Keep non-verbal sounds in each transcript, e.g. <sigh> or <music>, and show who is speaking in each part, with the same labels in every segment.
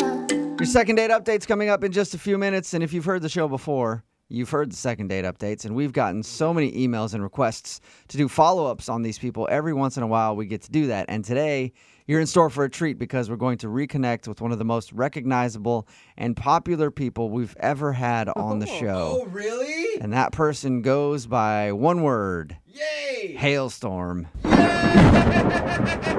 Speaker 1: your second date updates coming up in just a few minutes. And if you've heard the show before, you've heard the second date updates. And we've gotten so many emails and requests to do follow ups on these people. Every once in a while, we get to do that. And today, you're in store for a treat because we're going to reconnect with one of the most recognizable and popular people we've ever had on the show.
Speaker 2: Oh, really?
Speaker 1: And that person goes by one word
Speaker 2: Yay!
Speaker 1: <laughs> Hailstorm.
Speaker 2: Yes!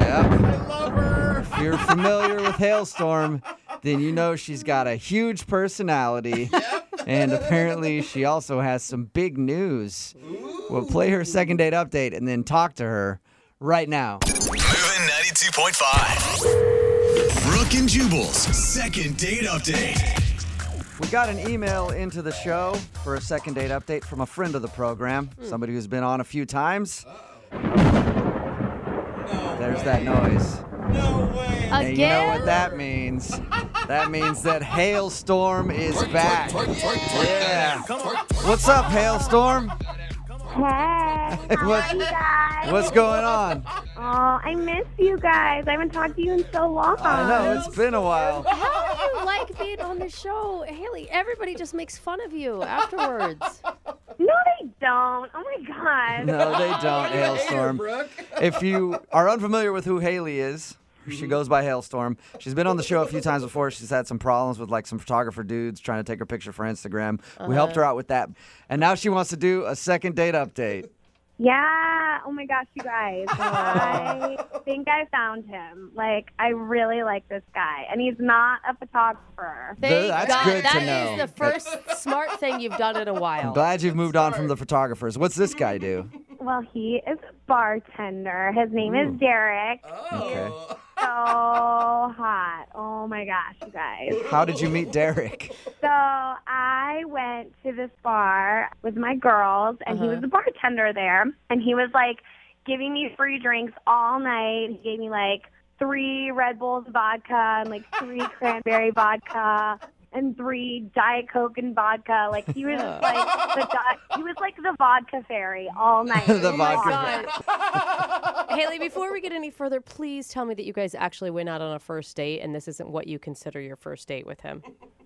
Speaker 1: Yep.
Speaker 2: I love her!
Speaker 1: If you're familiar with Hailstorm, then you know she's got a huge personality. And apparently, she also has some big news. We'll play her second date update and then talk to her right now.
Speaker 3: Moving 92.5. Brooke and Jubal's second date update.
Speaker 1: We got an email into the show for a second date update from a friend of the program, somebody who's been on a few times.
Speaker 2: No
Speaker 1: There's
Speaker 2: way.
Speaker 1: that noise.
Speaker 2: No way!
Speaker 1: And you know what that means? That means that Hailstorm is back. Yeah. What's up, Hailstorm?
Speaker 4: Hey,
Speaker 1: What-
Speaker 4: <laughs> you guys.
Speaker 1: What's going on?
Speaker 4: Oh, I miss you guys. I haven't talked to you in so long.
Speaker 1: I know, it's been a while.
Speaker 5: How do <laughs> you like being on the show, Haley? Everybody just makes fun of
Speaker 1: <laughs>
Speaker 5: you afterwards.
Speaker 4: No, they don't. Oh my god.
Speaker 1: No, they don't,
Speaker 2: Hailstorm.
Speaker 1: Hailstorm. If you are unfamiliar with who Haley is, she goes by Hailstorm. She's been on the show a few times before. She's had some problems with like some photographer dudes trying to take her picture for Instagram. We helped her out with that. And now she wants to do a second date update.
Speaker 4: Yeah. Oh my gosh,
Speaker 1: <laughs>
Speaker 4: you guys. I think I found him. Like, I really like this guy, and he's not a photographer.
Speaker 5: Thank
Speaker 1: that's
Speaker 5: God.
Speaker 1: good to
Speaker 5: That is
Speaker 1: know.
Speaker 5: the first smart thing you've done in a while.
Speaker 1: I'm glad you've moved on from the photographers. What's this guy do?
Speaker 4: Well, he is a bartender. His name
Speaker 1: Hmm.
Speaker 4: is Derek.
Speaker 1: Oh.
Speaker 2: Oh,
Speaker 1: Okay.
Speaker 4: So hot. Oh my gosh, you guys.
Speaker 1: How did you meet Derek?
Speaker 4: So I went to this bar with my girls, and
Speaker 1: Uh-huh.
Speaker 4: he was the bartender there, and he was like giving me free drinks all night. He gave me like three Red Bulls vodka and like
Speaker 1: <laughs>
Speaker 4: three cranberry vodka and three Diet Coke and vodka. Like
Speaker 1: <laughs>
Speaker 4: he was like the di- he was like the vodka fairy
Speaker 1: <laughs>
Speaker 4: all night.
Speaker 1: The
Speaker 4: Oh
Speaker 1: vodka
Speaker 4: God.
Speaker 1: <laughs>
Speaker 5: God. Haley, before we get any further, please tell me that you guys actually went out on a first date and this isn't what you consider your first date with him.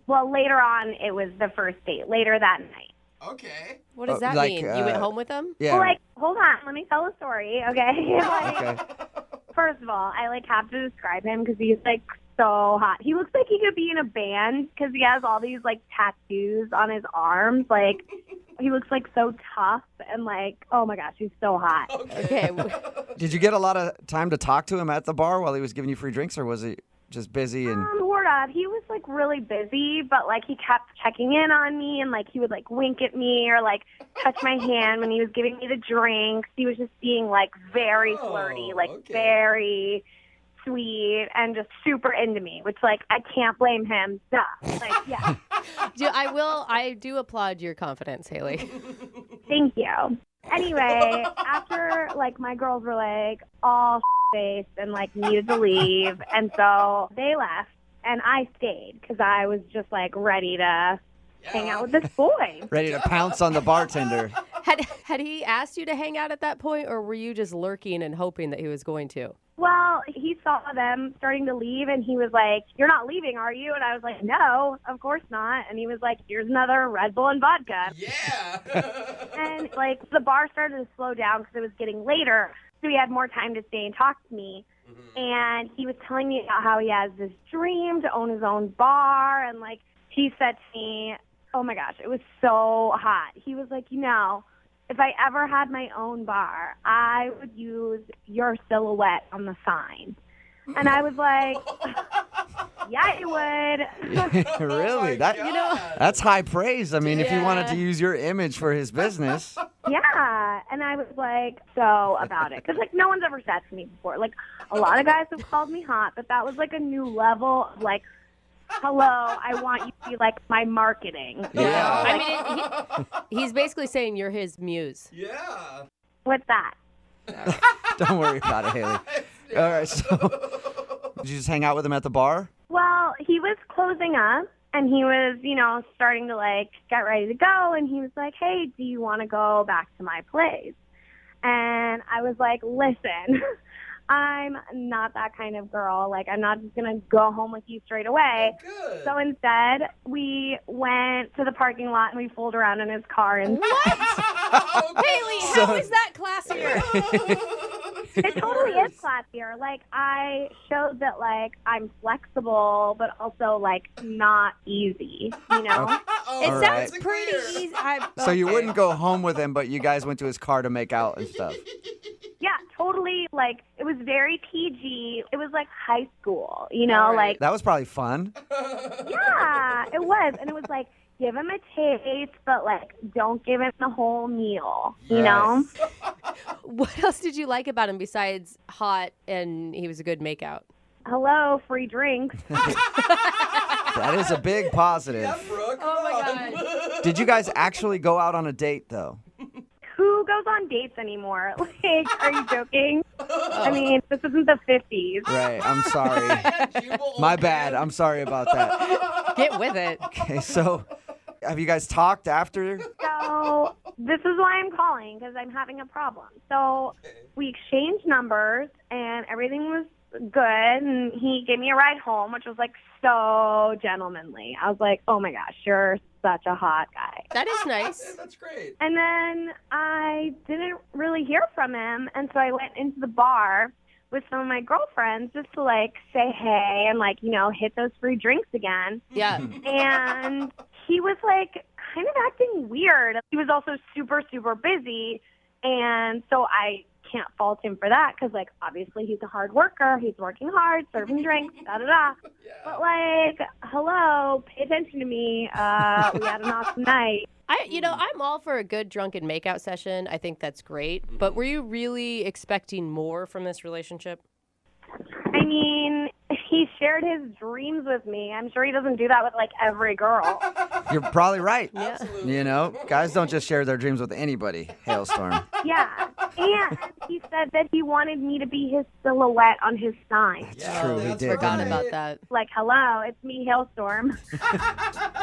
Speaker 4: Well, later on, it was the first date. Later that night.
Speaker 2: Okay.
Speaker 5: What does
Speaker 1: Uh,
Speaker 5: that
Speaker 1: like,
Speaker 5: mean? you went
Speaker 1: uh,
Speaker 5: home with him?
Speaker 1: Yeah.
Speaker 4: Well, like, hold on, let me tell the story, okay? <laughs> Like,
Speaker 1: Okay.
Speaker 4: First of all, I like have to describe him because he's like so hot. He looks like he could be in a band because he has all these like tattoos on his arms. Like he looks like so tough and like oh my gosh, he's so hot.
Speaker 5: Okay. w-
Speaker 1: Did you get a lot of time to talk to him at the bar while he was giving you free drinks, or was he just busy and?
Speaker 4: Um, word up. He was like really busy, but like he kept checking in on me and like he would like wink at me or like touch my hand when he was giving me the drinks. He was just being like very
Speaker 2: Oh,
Speaker 4: flirty, like
Speaker 2: okay.
Speaker 4: very sweet and just super into me, which like I can't blame him. Duh. Like yeah.
Speaker 5: Do, I will. I do applaud your confidence, Haley. <laughs>
Speaker 4: Thank you. Anyway, after like my girls were like all <laughs> faced and like needed to leave, and so they left, and I stayed because I was just like ready to hang out with this boy.
Speaker 1: Ready to pounce on the bartender. <laughs>
Speaker 5: Had had he asked you to hang out at that point, or were you just lurking and hoping that he was going to?
Speaker 4: Well, he saw them starting to leave, and he was like, "You're not leaving, are you?" And I was like, "No, of course not." And he was like, "Here's another Red Bull and vodka."
Speaker 2: Yeah. <laughs>
Speaker 4: and like the bar started to slow down because it was getting later, so he had more time to stay and talk to me. And he was telling me about how he has this dream to own his own bar, and like he said to me, "Oh my gosh, it was so hot." He was like, "You know, if I ever had my own bar, I would use your silhouette on the sign." And I was like, "Yeah, you would."
Speaker 1: really? that
Speaker 2: You know,
Speaker 1: That's high praise. I mean, if you wanted to
Speaker 5: Yeah.
Speaker 1: use your image for his business,
Speaker 4: Yeah, and I was like, so about it, because like no one's ever said to me before. Like a lot of guys have called me hot, but that was like a new level of like, hello, I want you to be like my marketing.
Speaker 1: Yeah.
Speaker 5: I mean, it,
Speaker 1: <laughs>
Speaker 5: he, he's basically saying you're his muse.
Speaker 2: yeah.
Speaker 4: What's that?
Speaker 1: don't worry about it, Haley. All right, so did you just hang out with him at the bar?
Speaker 4: Well, he was closing up and he was, you know, starting to like get ready to go and he was like, "Hey, do you want to go back to my place?" And I was like, "Listen, <laughs> I'm not that kind of girl. Like, I'm not just going to go home with you straight away.
Speaker 2: Good. <laughs>
Speaker 4: So instead, we went to the parking lot and we fooled around in his car. And
Speaker 2: <laughs>
Speaker 5: Haley, how
Speaker 1: So-
Speaker 5: is that
Speaker 1: <laughs>
Speaker 5: classier?
Speaker 4: <laughs> it totally is classier. Like, I showed that, like, I'm flexible, but also, like, not easy, you know?
Speaker 2: Uh-oh.
Speaker 5: It
Speaker 1: All
Speaker 5: sounds
Speaker 2: right.
Speaker 5: pretty easy. I,
Speaker 1: So you
Speaker 5: okay.
Speaker 1: wouldn't go home with him, but you guys went to his car to make out and stuff.
Speaker 4: yeah, totally. Like, it was very PG. It was like high school, you know?
Speaker 5: All right.
Speaker 4: Like,
Speaker 1: That was probably fun.
Speaker 4: Yeah, it was. And it was like, give him a taste, but like, don't give him the whole meal, you know?
Speaker 5: <laughs> What else did you like about him besides hot and he was a good makeout?
Speaker 4: Hello, free drinks.
Speaker 1: That is a big positive.
Speaker 2: Yeah, Brooke,
Speaker 5: Oh my
Speaker 2: come on.
Speaker 1: Did you guys actually go out on a date though?
Speaker 4: Who goes on dates anymore? <laughs> Like, are you joking? I mean, this isn't the 50s.
Speaker 1: Right. I'm sorry.
Speaker 2: Jubal, <laughs>
Speaker 1: My
Speaker 2: old
Speaker 1: bad.
Speaker 2: man.
Speaker 1: I'm sorry about that.
Speaker 5: Get with it.
Speaker 1: Okay, so have you guys talked after?
Speaker 4: So, this is why I'm calling because I'm having a problem. So, we exchanged numbers and everything was good. And he gave me a ride home, which was like so gentlemanly. I was like, oh my gosh, you're such a hot guy.
Speaker 5: <laughs> That is nice.
Speaker 2: <laughs> That's great.
Speaker 4: And then I didn't really hear from him, and so I went into the bar with some of my girlfriends just to like say hey and like you know hit those free drinks again.
Speaker 5: <laughs> Yeah.
Speaker 4: And he was like kind of acting weird. He was also super super busy, and so I can't fault him for that because like obviously he's a hard worker. He's working hard, serving drinks, da da da. But like, hello, pay attention to me. Uh, we had an awesome night.
Speaker 5: I, you know, I'm all for a good drunken makeout session. I think that's great. But were you really expecting more from this relationship?
Speaker 4: I mean, he shared his dreams with me. I'm sure he doesn't do that with like every girl.
Speaker 1: You're probably right.
Speaker 2: Absolutely.
Speaker 1: You know, guys don't just share their dreams with anybody. Hailstorm.
Speaker 4: yeah. And he said that he wanted me to be his silhouette on his sign.
Speaker 2: Yeah,
Speaker 1: true, he
Speaker 2: that's
Speaker 1: did,
Speaker 5: Forgot
Speaker 1: Right.
Speaker 5: about that.
Speaker 4: Like, hello, it's me, Hailstorm.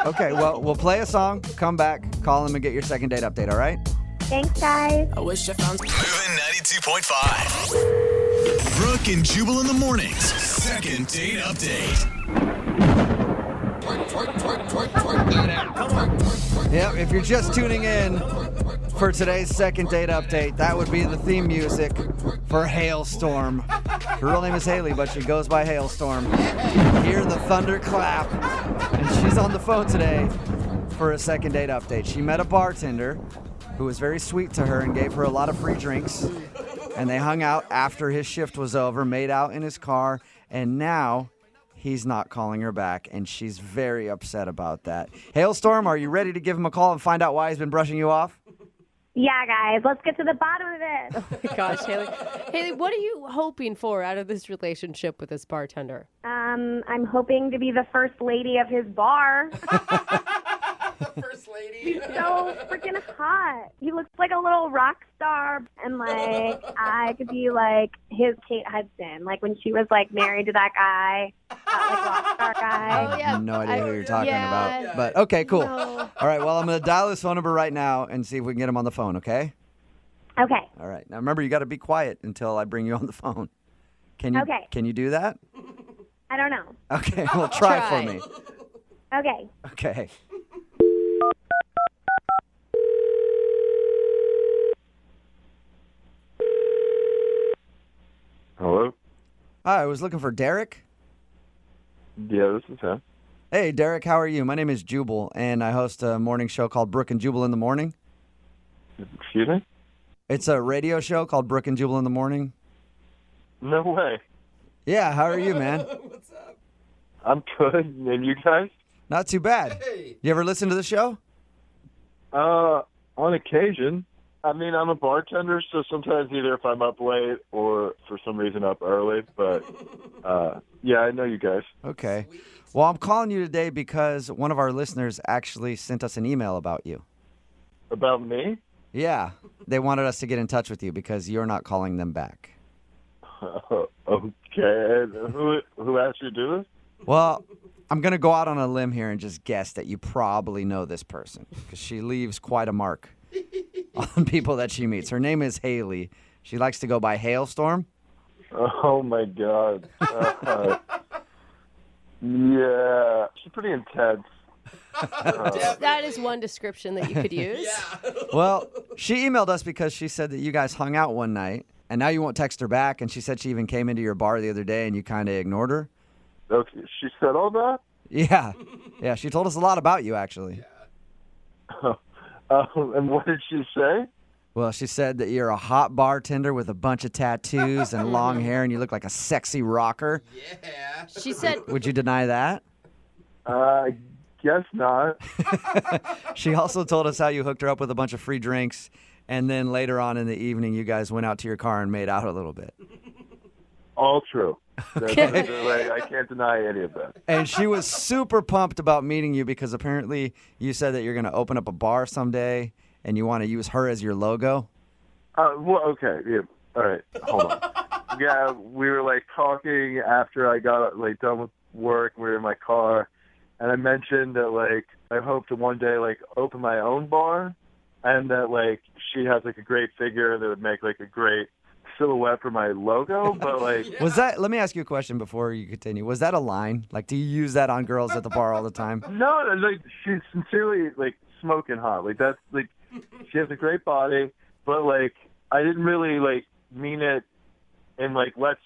Speaker 1: Okay, well, we'll play a song, come back, call him and get your second date update, all right?
Speaker 4: Thanks, guys.
Speaker 3: Moving 92.5. Brooke and Jubal in the mornings. Second date update.
Speaker 1: Yep, if you're just tuning in for today's second date update, that would be the theme music for Hailstorm. Her real name is Haley, but she goes by Hailstorm. Hear the thunderclap. And she's on the phone today for a second date update. She met a bartender who was very sweet to her and gave her a lot of free drinks. And they hung out after his shift was over, made out in his car, and now he's not calling her back, and she's very upset about that. Hailstorm, are you ready to give him a call and find out why he's been brushing you off?
Speaker 4: Yeah, guys, let's get to the bottom of this.
Speaker 5: <laughs> Gosh, Haley. Haley, what are you hoping for out of this relationship with this bartender?
Speaker 4: Um, I'm hoping to be the first lady of his bar.
Speaker 2: <laughs> First lady.
Speaker 4: So freaking hot. He looks like a little rock star, and like I could be like his Kate Hudson, like when she was like married to that guy, that like rock star
Speaker 2: <laughs>
Speaker 4: guy.
Speaker 5: Oh, yeah.
Speaker 1: no idea who
Speaker 5: I-
Speaker 1: you're talking
Speaker 5: yeah.
Speaker 1: about. But okay, cool. All right, well, I'm going to dial his phone number right now and see if we can get him on the phone, okay?
Speaker 4: Okay,
Speaker 1: All right. Now remember, you got to be quiet until I bring you on the phone. Can you
Speaker 4: Okay.
Speaker 1: can you do that?
Speaker 4: I don't know.
Speaker 1: Okay, well try,
Speaker 5: Try.
Speaker 1: for me.
Speaker 4: Okay,
Speaker 1: Okay.
Speaker 6: Hello?
Speaker 1: Hi, I was looking for Derek.
Speaker 6: Yeah, this is him.
Speaker 1: Hey, Derek, how are you? My name is Jubal, and I host a morning show called Brook and Jubal in the Morning.
Speaker 6: Excuse me?
Speaker 1: It's a radio show called Brook and Jubal in the Morning.
Speaker 6: No way.
Speaker 1: Yeah, how are you, man?
Speaker 2: What's up?
Speaker 6: I'm good. And you guys?
Speaker 1: Not too bad.
Speaker 2: Hey.
Speaker 1: You ever listen to the show?
Speaker 6: Uh, on occasion. I mean, I'm a bartender, so sometimes either if I'm up late or for some reason up early. But, uh, yeah, I know you guys.
Speaker 1: Okay. Well, I'm calling you today because one of our listeners actually sent us an email about you.
Speaker 6: About me?
Speaker 1: Yeah, they wanted us to get in touch with you because you're not calling them back.
Speaker 6: okay. And who who asked you to do this?
Speaker 1: Well, I'm going to go out on a limb here and just guess that you probably know this person because she leaves quite a mark on people that she meets. Her name is Haley. She likes to go by Hailstorm.
Speaker 6: Oh my god. Uh, <laughs> yeah, she's pretty intense.
Speaker 5: That is one description that
Speaker 2: <laughs>
Speaker 5: you could use.
Speaker 1: Well, she emailed us because she said that you guys hung out one night and now you won't text her back. And she said she even came into your bar the other day and you kind of ignored her. <laughs>
Speaker 6: Okay, she said all that.
Speaker 1: Yeah. Yeah. She told us a lot about you, actually.
Speaker 6: Um, and what did she say?
Speaker 1: Well, she said that you're a hot bartender with a bunch of tattoos and long hair and you look like a sexy rocker.
Speaker 2: Yeah.
Speaker 5: She said,
Speaker 1: Would you deny that?
Speaker 6: Uh, guess not.
Speaker 1: She also told us how you hooked her up with a bunch of free drinks. And then later on in the evening, you guys went out to your car and made out a little bit.
Speaker 6: All true. That's, that's right. I can't deny any of that.
Speaker 1: And she was super pumped about meeting you because apparently you said that you're going to open up a bar someday and you want to use her as your logo.
Speaker 6: Uh, well, okay. Yeah. All right. Hold on. yeah, we were like talking after I got like done with work. We were in my car, and I mentioned that like I hope to one day like open my own bar, and that like she has like a great figure that would make like a great silhouette for my logo. But like,
Speaker 1: Was that, let me ask you a question before you continue. Was that a line? Like, do you use that on girls at the bar all the time?
Speaker 6: No, no, like she's sincerely like smoking hot. Like that's like she has a great body, but like I didn't really like mean it in like let's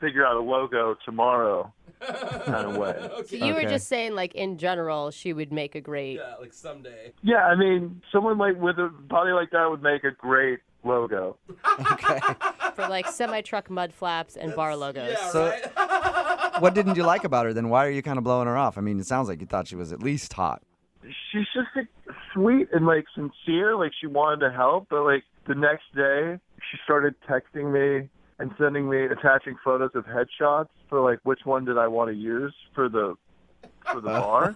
Speaker 6: figure out a logo tomorrow kind of way.
Speaker 5: so
Speaker 2: Okay.
Speaker 5: you were
Speaker 1: Okay.
Speaker 5: just saying, like, in general, she would make a great.
Speaker 2: Yeah, like someday.
Speaker 6: Yeah, I mean, someone like with a body like that would make a great logo.
Speaker 1: Okay.
Speaker 5: for like semi truck mud flaps and bar logos.
Speaker 2: Yeah,
Speaker 1: So-
Speaker 2: right? <laughs>
Speaker 1: What didn't you like about her then? Why are you kind of blowing her off? I mean, it sounds like you thought she was at least hot.
Speaker 6: She's just like, sweet and like sincere. Like she wanted to help, but like the next day she started texting me and sending me attaching photos of headshots for like which one did I want to use for the for the bar.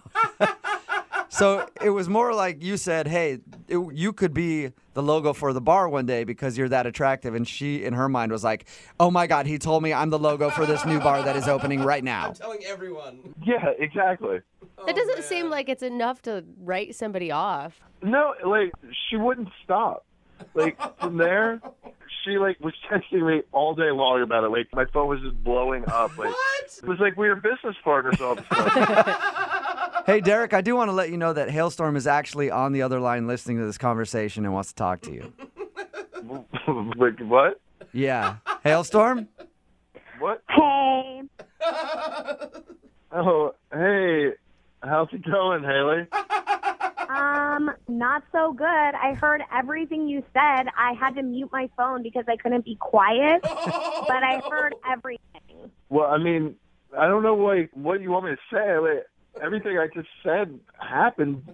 Speaker 1: So it was more like you said, "Hey, it, you could be the logo for the bar one day because you're that attractive." And she, in her mind, was like, "Oh my God, he told me I'm the logo for this new bar that is opening right now."
Speaker 2: I'm telling everyone. <laughs>
Speaker 6: Yeah, exactly.
Speaker 2: Oh,
Speaker 5: That doesn't seem like it's enough to write somebody off.
Speaker 6: No, like she wouldn't stop. Like from there, she like was texting me all day long about it. Like my phone was just blowing up. Like
Speaker 2: What?
Speaker 6: it was like we were business partners all of a sudden.
Speaker 1: Hey, Derek, I do want to let you know that Hailstorm is actually on the other line listening to this conversation and wants to talk to you.
Speaker 6: <laughs> like what?
Speaker 1: Yeah, Hailstorm.
Speaker 6: What?
Speaker 4: Hey,
Speaker 6: Oh, hey, how's it going, Haley?
Speaker 4: um, not so good. I heard everything you said. I had to mute my phone because I couldn't be
Speaker 2: <laughs>
Speaker 4: quiet, but I heard everything.
Speaker 6: Well, I mean, I don't know like what you want me to say. Like everything I just said happened.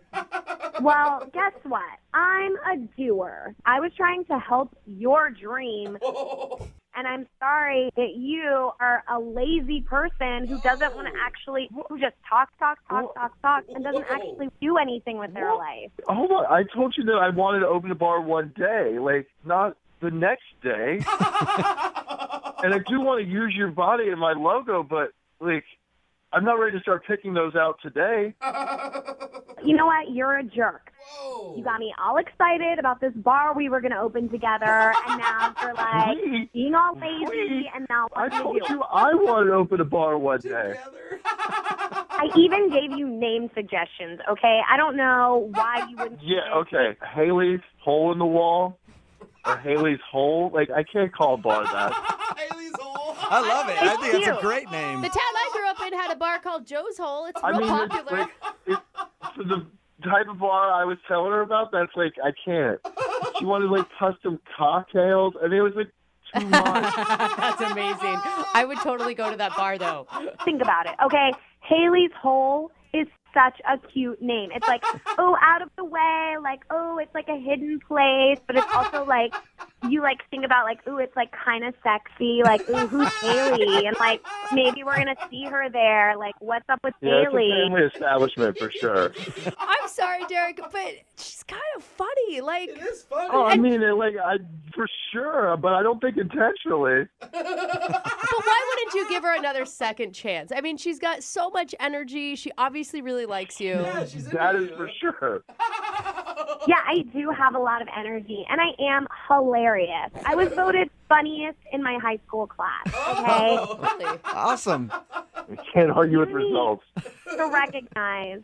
Speaker 4: Well, guess what? I'm a doer. I was trying to help your dream, and I'm sorry that you are a lazy person who doesn't want to actually, who just talks, talks, talks, talks, talks, and doesn't actually do anything with their life.
Speaker 6: Hold on, I told you that I wanted to open a bar one day, like not the next day. and I do want to use your body in my logo, but like I'm not ready to start picking those out today.
Speaker 4: You know what? You're a jerk. You got me all excited about this bar we were going to open together, and now you're
Speaker 6: <laughs>
Speaker 4: like
Speaker 6: Wait,
Speaker 4: being all lazy
Speaker 6: Wait.
Speaker 4: and not
Speaker 6: I
Speaker 4: wanting to
Speaker 6: told
Speaker 4: do.
Speaker 6: you I wanted to open a bar one day.
Speaker 2: Together.
Speaker 4: I even gave you name suggestions, okay? I don't know why you wouldn't.
Speaker 6: Yeah, okay. Haley's hole in the wall or Haley's hole. Like I can't call a bar that.
Speaker 2: <laughs> Haley's
Speaker 1: <laughs>
Speaker 2: hole.
Speaker 1: I love it. I think that's a
Speaker 4: cute.
Speaker 1: great name.
Speaker 5: The town I grew up in had a bar called Joe's Hole. It's
Speaker 6: I
Speaker 5: real
Speaker 6: mean, it's
Speaker 5: popular. <laughs>
Speaker 6: like it's, for the type of bar I was telling her about. That's like I can't. She wanted like custom cocktails. I mean, it was like too much.
Speaker 5: <laughs> That's amazing. I would totally go to that bar though.
Speaker 4: think about it, okay? Haley's Hole is such a cute name. It's like, oh, out of the way, like, oh, it's like a hidden place, but it's also like, you like think about like, ooh, it's like kind of sexy, like, ooh, who's Haley? And like, maybe we're gonna see her there. Like, what's up with
Speaker 6: yeah, it's a
Speaker 4: Haley?
Speaker 6: family establishment
Speaker 5: <laughs>
Speaker 6: for sure.
Speaker 5: I'm sorry, Derek, but she's kind of funny.
Speaker 2: <laughs>
Speaker 5: Like
Speaker 2: It is funny.
Speaker 6: Oh, I mean, it, like I for sure, but I don't think intentionally.
Speaker 5: But why wouldn't you give her another second chance? I mean, she's got so much energy. She obviously really likes you.
Speaker 2: yeah, she's into
Speaker 6: That is
Speaker 2: you.
Speaker 6: for sure.
Speaker 4: Yeah, I do have a lot of energy, and I am hilarious. I was voted funniest in my high school class.
Speaker 6: Oh.
Speaker 4: Okay,
Speaker 5: Really?
Speaker 1: Awesome.
Speaker 6: I can't argue with
Speaker 4: Really?
Speaker 6: results.
Speaker 4: to recognize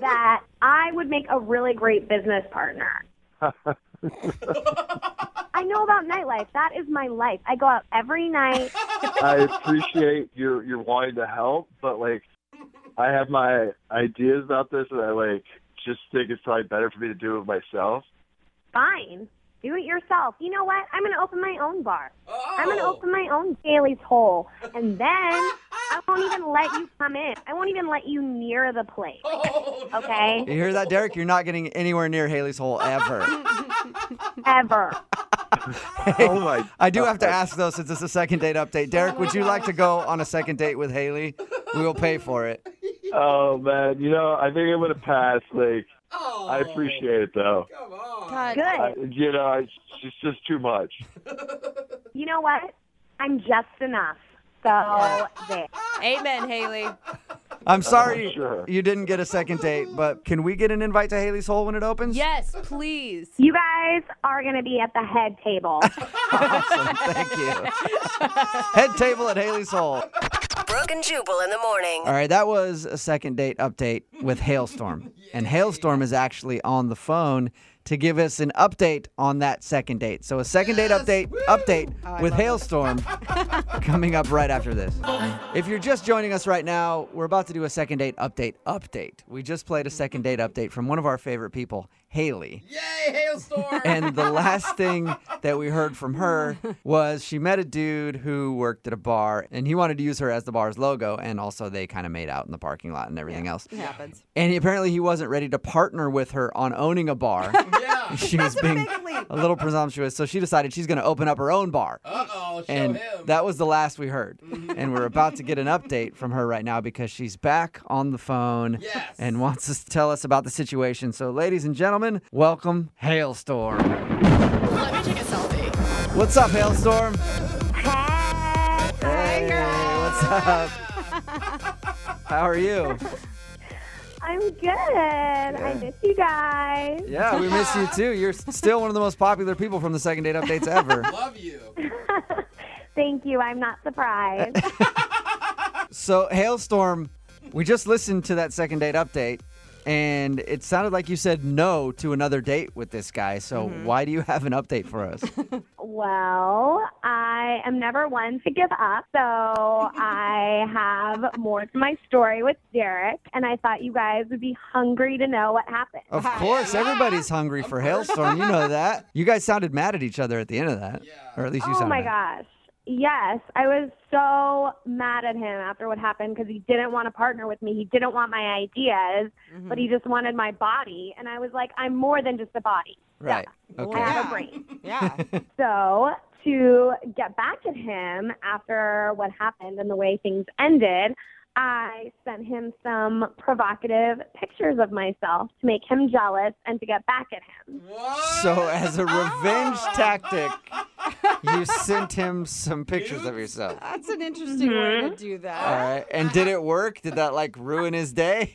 Speaker 4: that I would make a really great business partner. I know about nightlife. That is my life. I go out every night.
Speaker 6: I appreciate your your wanting to help, but like I have my ideas about this, and I like just think it's probably better for me to do it myself.
Speaker 4: Fine, do it yourself. You know what? I'm gonna open my own bar.
Speaker 2: Oh.
Speaker 4: I'm gonna open my own Daly's Hole, and then I won't even let you come in. I won't even let you near the place.
Speaker 2: <laughs> Oh, no.
Speaker 4: Okay,
Speaker 1: <laughs> You hear that, Derek? You're not getting anywhere near Haley's hole <laughs> ever.
Speaker 4: ever.
Speaker 6: Oh my!
Speaker 1: I do have to ask though, since it's a second date update. Derek, would you like to go on a second date with Haley? We will pay for it.
Speaker 6: Oh man, you know I think I'm gonna pass. Like
Speaker 2: Oh,
Speaker 6: I appreciate it though.
Speaker 2: Come on.
Speaker 5: God.
Speaker 6: I,
Speaker 4: Good.
Speaker 6: you know, it's it's just too much.
Speaker 4: You know what? I'm just enough. So there.
Speaker 5: Amen, Haley.
Speaker 1: I'm sorry
Speaker 6: sure.
Speaker 1: you didn't get a second date, but can we get an invite to Haley's hole when it opens?
Speaker 5: Yes, please.
Speaker 4: You guys are gonna be at the head table.
Speaker 1: Awesome. Thank you. Head table at Haley's hole.
Speaker 7: Brooke and Jubal in the morning.
Speaker 1: All right, that was a second date update with Hailstorm. And Hailstorm is actually on the phone to give us an update on that second date. So a second date update update with Hailstorm coming up right after this. If you're just joining us right now, we're about to do a second date update update. We just played a second date update from one of our favorite people, Haley.
Speaker 2: Yay, hailstorm.
Speaker 1: <laughs> And the last thing that we heard from her was she met a dude who worked at a bar and he wanted to use her as the bar's logo. And also, they kind of made out in the parking lot and everything else.
Speaker 5: It happens.
Speaker 1: And apparently, he wasn't ready to partner with her on owning a bar.
Speaker 2: yeah.
Speaker 1: she was being a little presumptuous. So she decided she's going to open up her own bar.
Speaker 2: Uh oh, show
Speaker 1: And
Speaker 2: him. Mm-hmm.
Speaker 1: that was the last we heard. And we're about to get an update from her right now because she's back on the phone
Speaker 2: Yes.
Speaker 1: and wants us to tell us about the situation. So, ladies and gentlemen, welcome Hailstorm.
Speaker 8: Let me take a selfie.
Speaker 1: What's up, Hailstorm? Hey, what's up? How are you?
Speaker 4: I'm good. I miss you guys.
Speaker 1: Yeah, we miss you too. You're s- still one of the most popular people from the second date updates ever.
Speaker 2: Love you.
Speaker 4: Thank you. I'm not surprised.
Speaker 1: <laughs> So, Hailstorm, we just listened to that second date update, and it sounded like you said no to another date with this guy. So,
Speaker 2: Mm-hmm.
Speaker 1: why do you have an update for
Speaker 2: <laughs>
Speaker 1: us?
Speaker 4: Well, I am never one to give up, so I have more to my story with Derek, and I thought you guys would be hungry to know what happened.
Speaker 1: Of course, everybody's hungry for Hailstorm. You know
Speaker 2: <laughs>
Speaker 1: that. You guys sounded mad at each other at the end of that.
Speaker 2: Yeah.
Speaker 1: Or at least you
Speaker 4: Oh
Speaker 1: sounded
Speaker 4: my
Speaker 1: mad.
Speaker 4: gosh. Yes, I was so mad at him after what happened because he didn't want to partner with me. He didn't want my ideas,
Speaker 1: Mm-hmm.
Speaker 4: but he just wanted my body. And I was like, I'm more than just a body.
Speaker 1: Right. Okay.
Speaker 4: I have
Speaker 8: Yeah.
Speaker 4: a brain.
Speaker 8: Yeah.
Speaker 4: So, to get back at him after what happened and the way things ended, I sent him some provocative pictures of myself to make him jealous and to get back at him.
Speaker 2: What?
Speaker 1: So, as a revenge tactic, you sent him some pictures of yourself.
Speaker 8: That's an interesting way to
Speaker 1: <laughs>
Speaker 8: do
Speaker 1: All
Speaker 8: that.
Speaker 1: right. And did it work? Did that like ruin his day?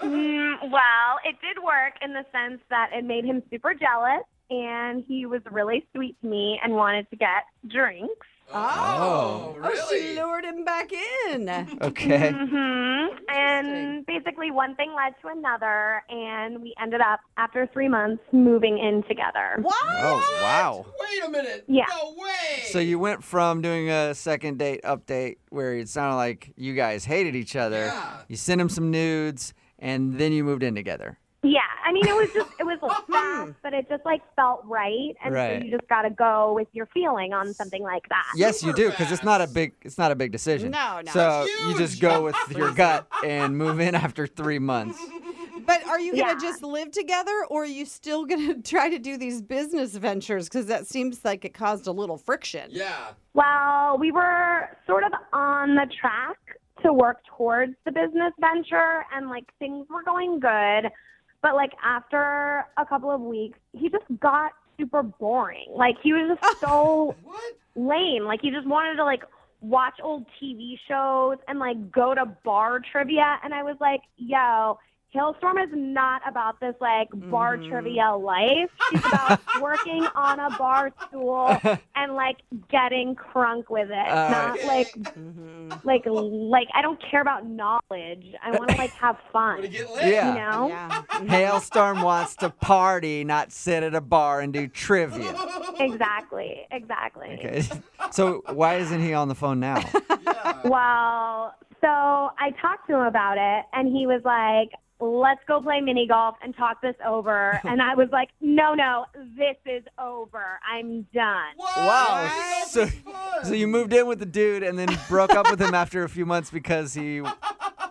Speaker 4: Mm, well, it did work in the sense that it made him super jealous, and he was really sweet to me and wanted to get drinks.
Speaker 1: Oh. <laughs>
Speaker 2: Oh, Mm-hmm. really?
Speaker 8: she lured him back in.
Speaker 1: Okay.
Speaker 4: hmm And basically, one thing led to another, and we ended up after three months moving in together.
Speaker 8: What?
Speaker 1: Oh, wow.
Speaker 2: Wait a minute.
Speaker 4: Yeah.
Speaker 2: No way.
Speaker 1: So you went from doing a second date update where it sounded like you guys hated each other.
Speaker 2: Yeah.
Speaker 1: You sent him some nudes and then you moved in together.
Speaker 4: Yeah, I mean, it was just it was
Speaker 1: <laughs>
Speaker 4: like fast, but it just like felt right, and
Speaker 1: Oh, Right.
Speaker 4: so you just got to go with your feeling on something like that.
Speaker 1: Yes, you do because it's not a big it's not a big decision.
Speaker 8: No, no.
Speaker 1: So you just go with your gut and move in after three months.
Speaker 8: But are you going
Speaker 4: Yeah.
Speaker 8: to just live together or are you still going to <laughs> try to do these business ventures? Because that seems like it caused a little friction.
Speaker 2: Yeah.
Speaker 4: Well, we were sort of on the track to work towards the business venture and like things were going good. But like after a couple of weeks, he just got super boring. Like he was
Speaker 1: <laughs>
Speaker 4: just so
Speaker 2: What?
Speaker 4: lame. Like he just wanted to like watch old TV shows and like go to bar trivia. And I was like, yo, Hailstorm is not about this like bar trivia life. She's about working on a bar stool and like getting crunk with it.
Speaker 1: All
Speaker 4: not
Speaker 1: right.
Speaker 4: like like like I don't care about knowledge. I want to like have
Speaker 2: Wanna
Speaker 4: fun.
Speaker 2: get lit?
Speaker 4: You
Speaker 1: Yeah.
Speaker 4: know?
Speaker 8: Yeah. <laughs>
Speaker 1: Hailstorm wants to party, not sit at a bar and do trivia.
Speaker 8: <laughs>
Speaker 4: Exactly. Exactly.
Speaker 1: Okay. So why isn't he on the phone
Speaker 8: <laughs>
Speaker 1: now?
Speaker 4: Well, so I talked to him about it, and he was like, "Let's go play mini golf and talk this
Speaker 1: <laughs>
Speaker 4: over." and I was like, "No, no, this is over. I'm done."
Speaker 2: Whoa,
Speaker 1: Wow. So, so you moved in with the dude and then broke up with him after a few months because he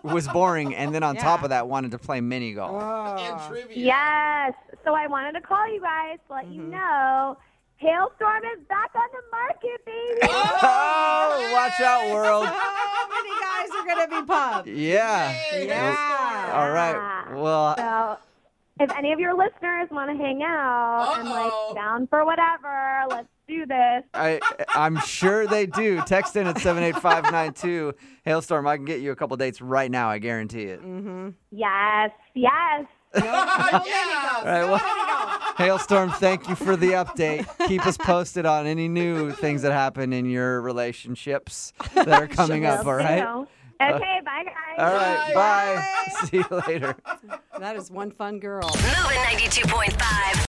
Speaker 1: was boring and then on top
Speaker 8: Yeah. Oh.
Speaker 1: of that wanted to play mini golf.
Speaker 2: And trivia.
Speaker 4: Yes. So I wanted to call you guys to let
Speaker 1: Mm-hmm.
Speaker 4: you know, Hailstorm is back on the market, baby.
Speaker 1: <laughs> <laughs> Oh, watch out, world.
Speaker 8: How many guys are going to be pumped?
Speaker 1: Yeah.
Speaker 8: Yeah.
Speaker 1: All right. Well,
Speaker 4: So if any of your listeners want to hang out, I'm
Speaker 2: Uh-oh.
Speaker 4: like down for whatever. Let's do this.
Speaker 1: I I'm sure they do. Text in at 78592. Hailstorm, I can get you a couple dates right now, I guarantee it.
Speaker 8: Mm.
Speaker 1: All
Speaker 4: Yes. Yes.
Speaker 1: right. Well, Hailstorm, thank you for the update. Keep us posted on any new things that happen in your relationships that are coming up, all
Speaker 4: Will
Speaker 1: right? Uh,
Speaker 4: do. Okay. bye, guys.
Speaker 1: All right. Bye. <laughs> See you later.
Speaker 8: That is one fun girl.
Speaker 7: Moving 92.5.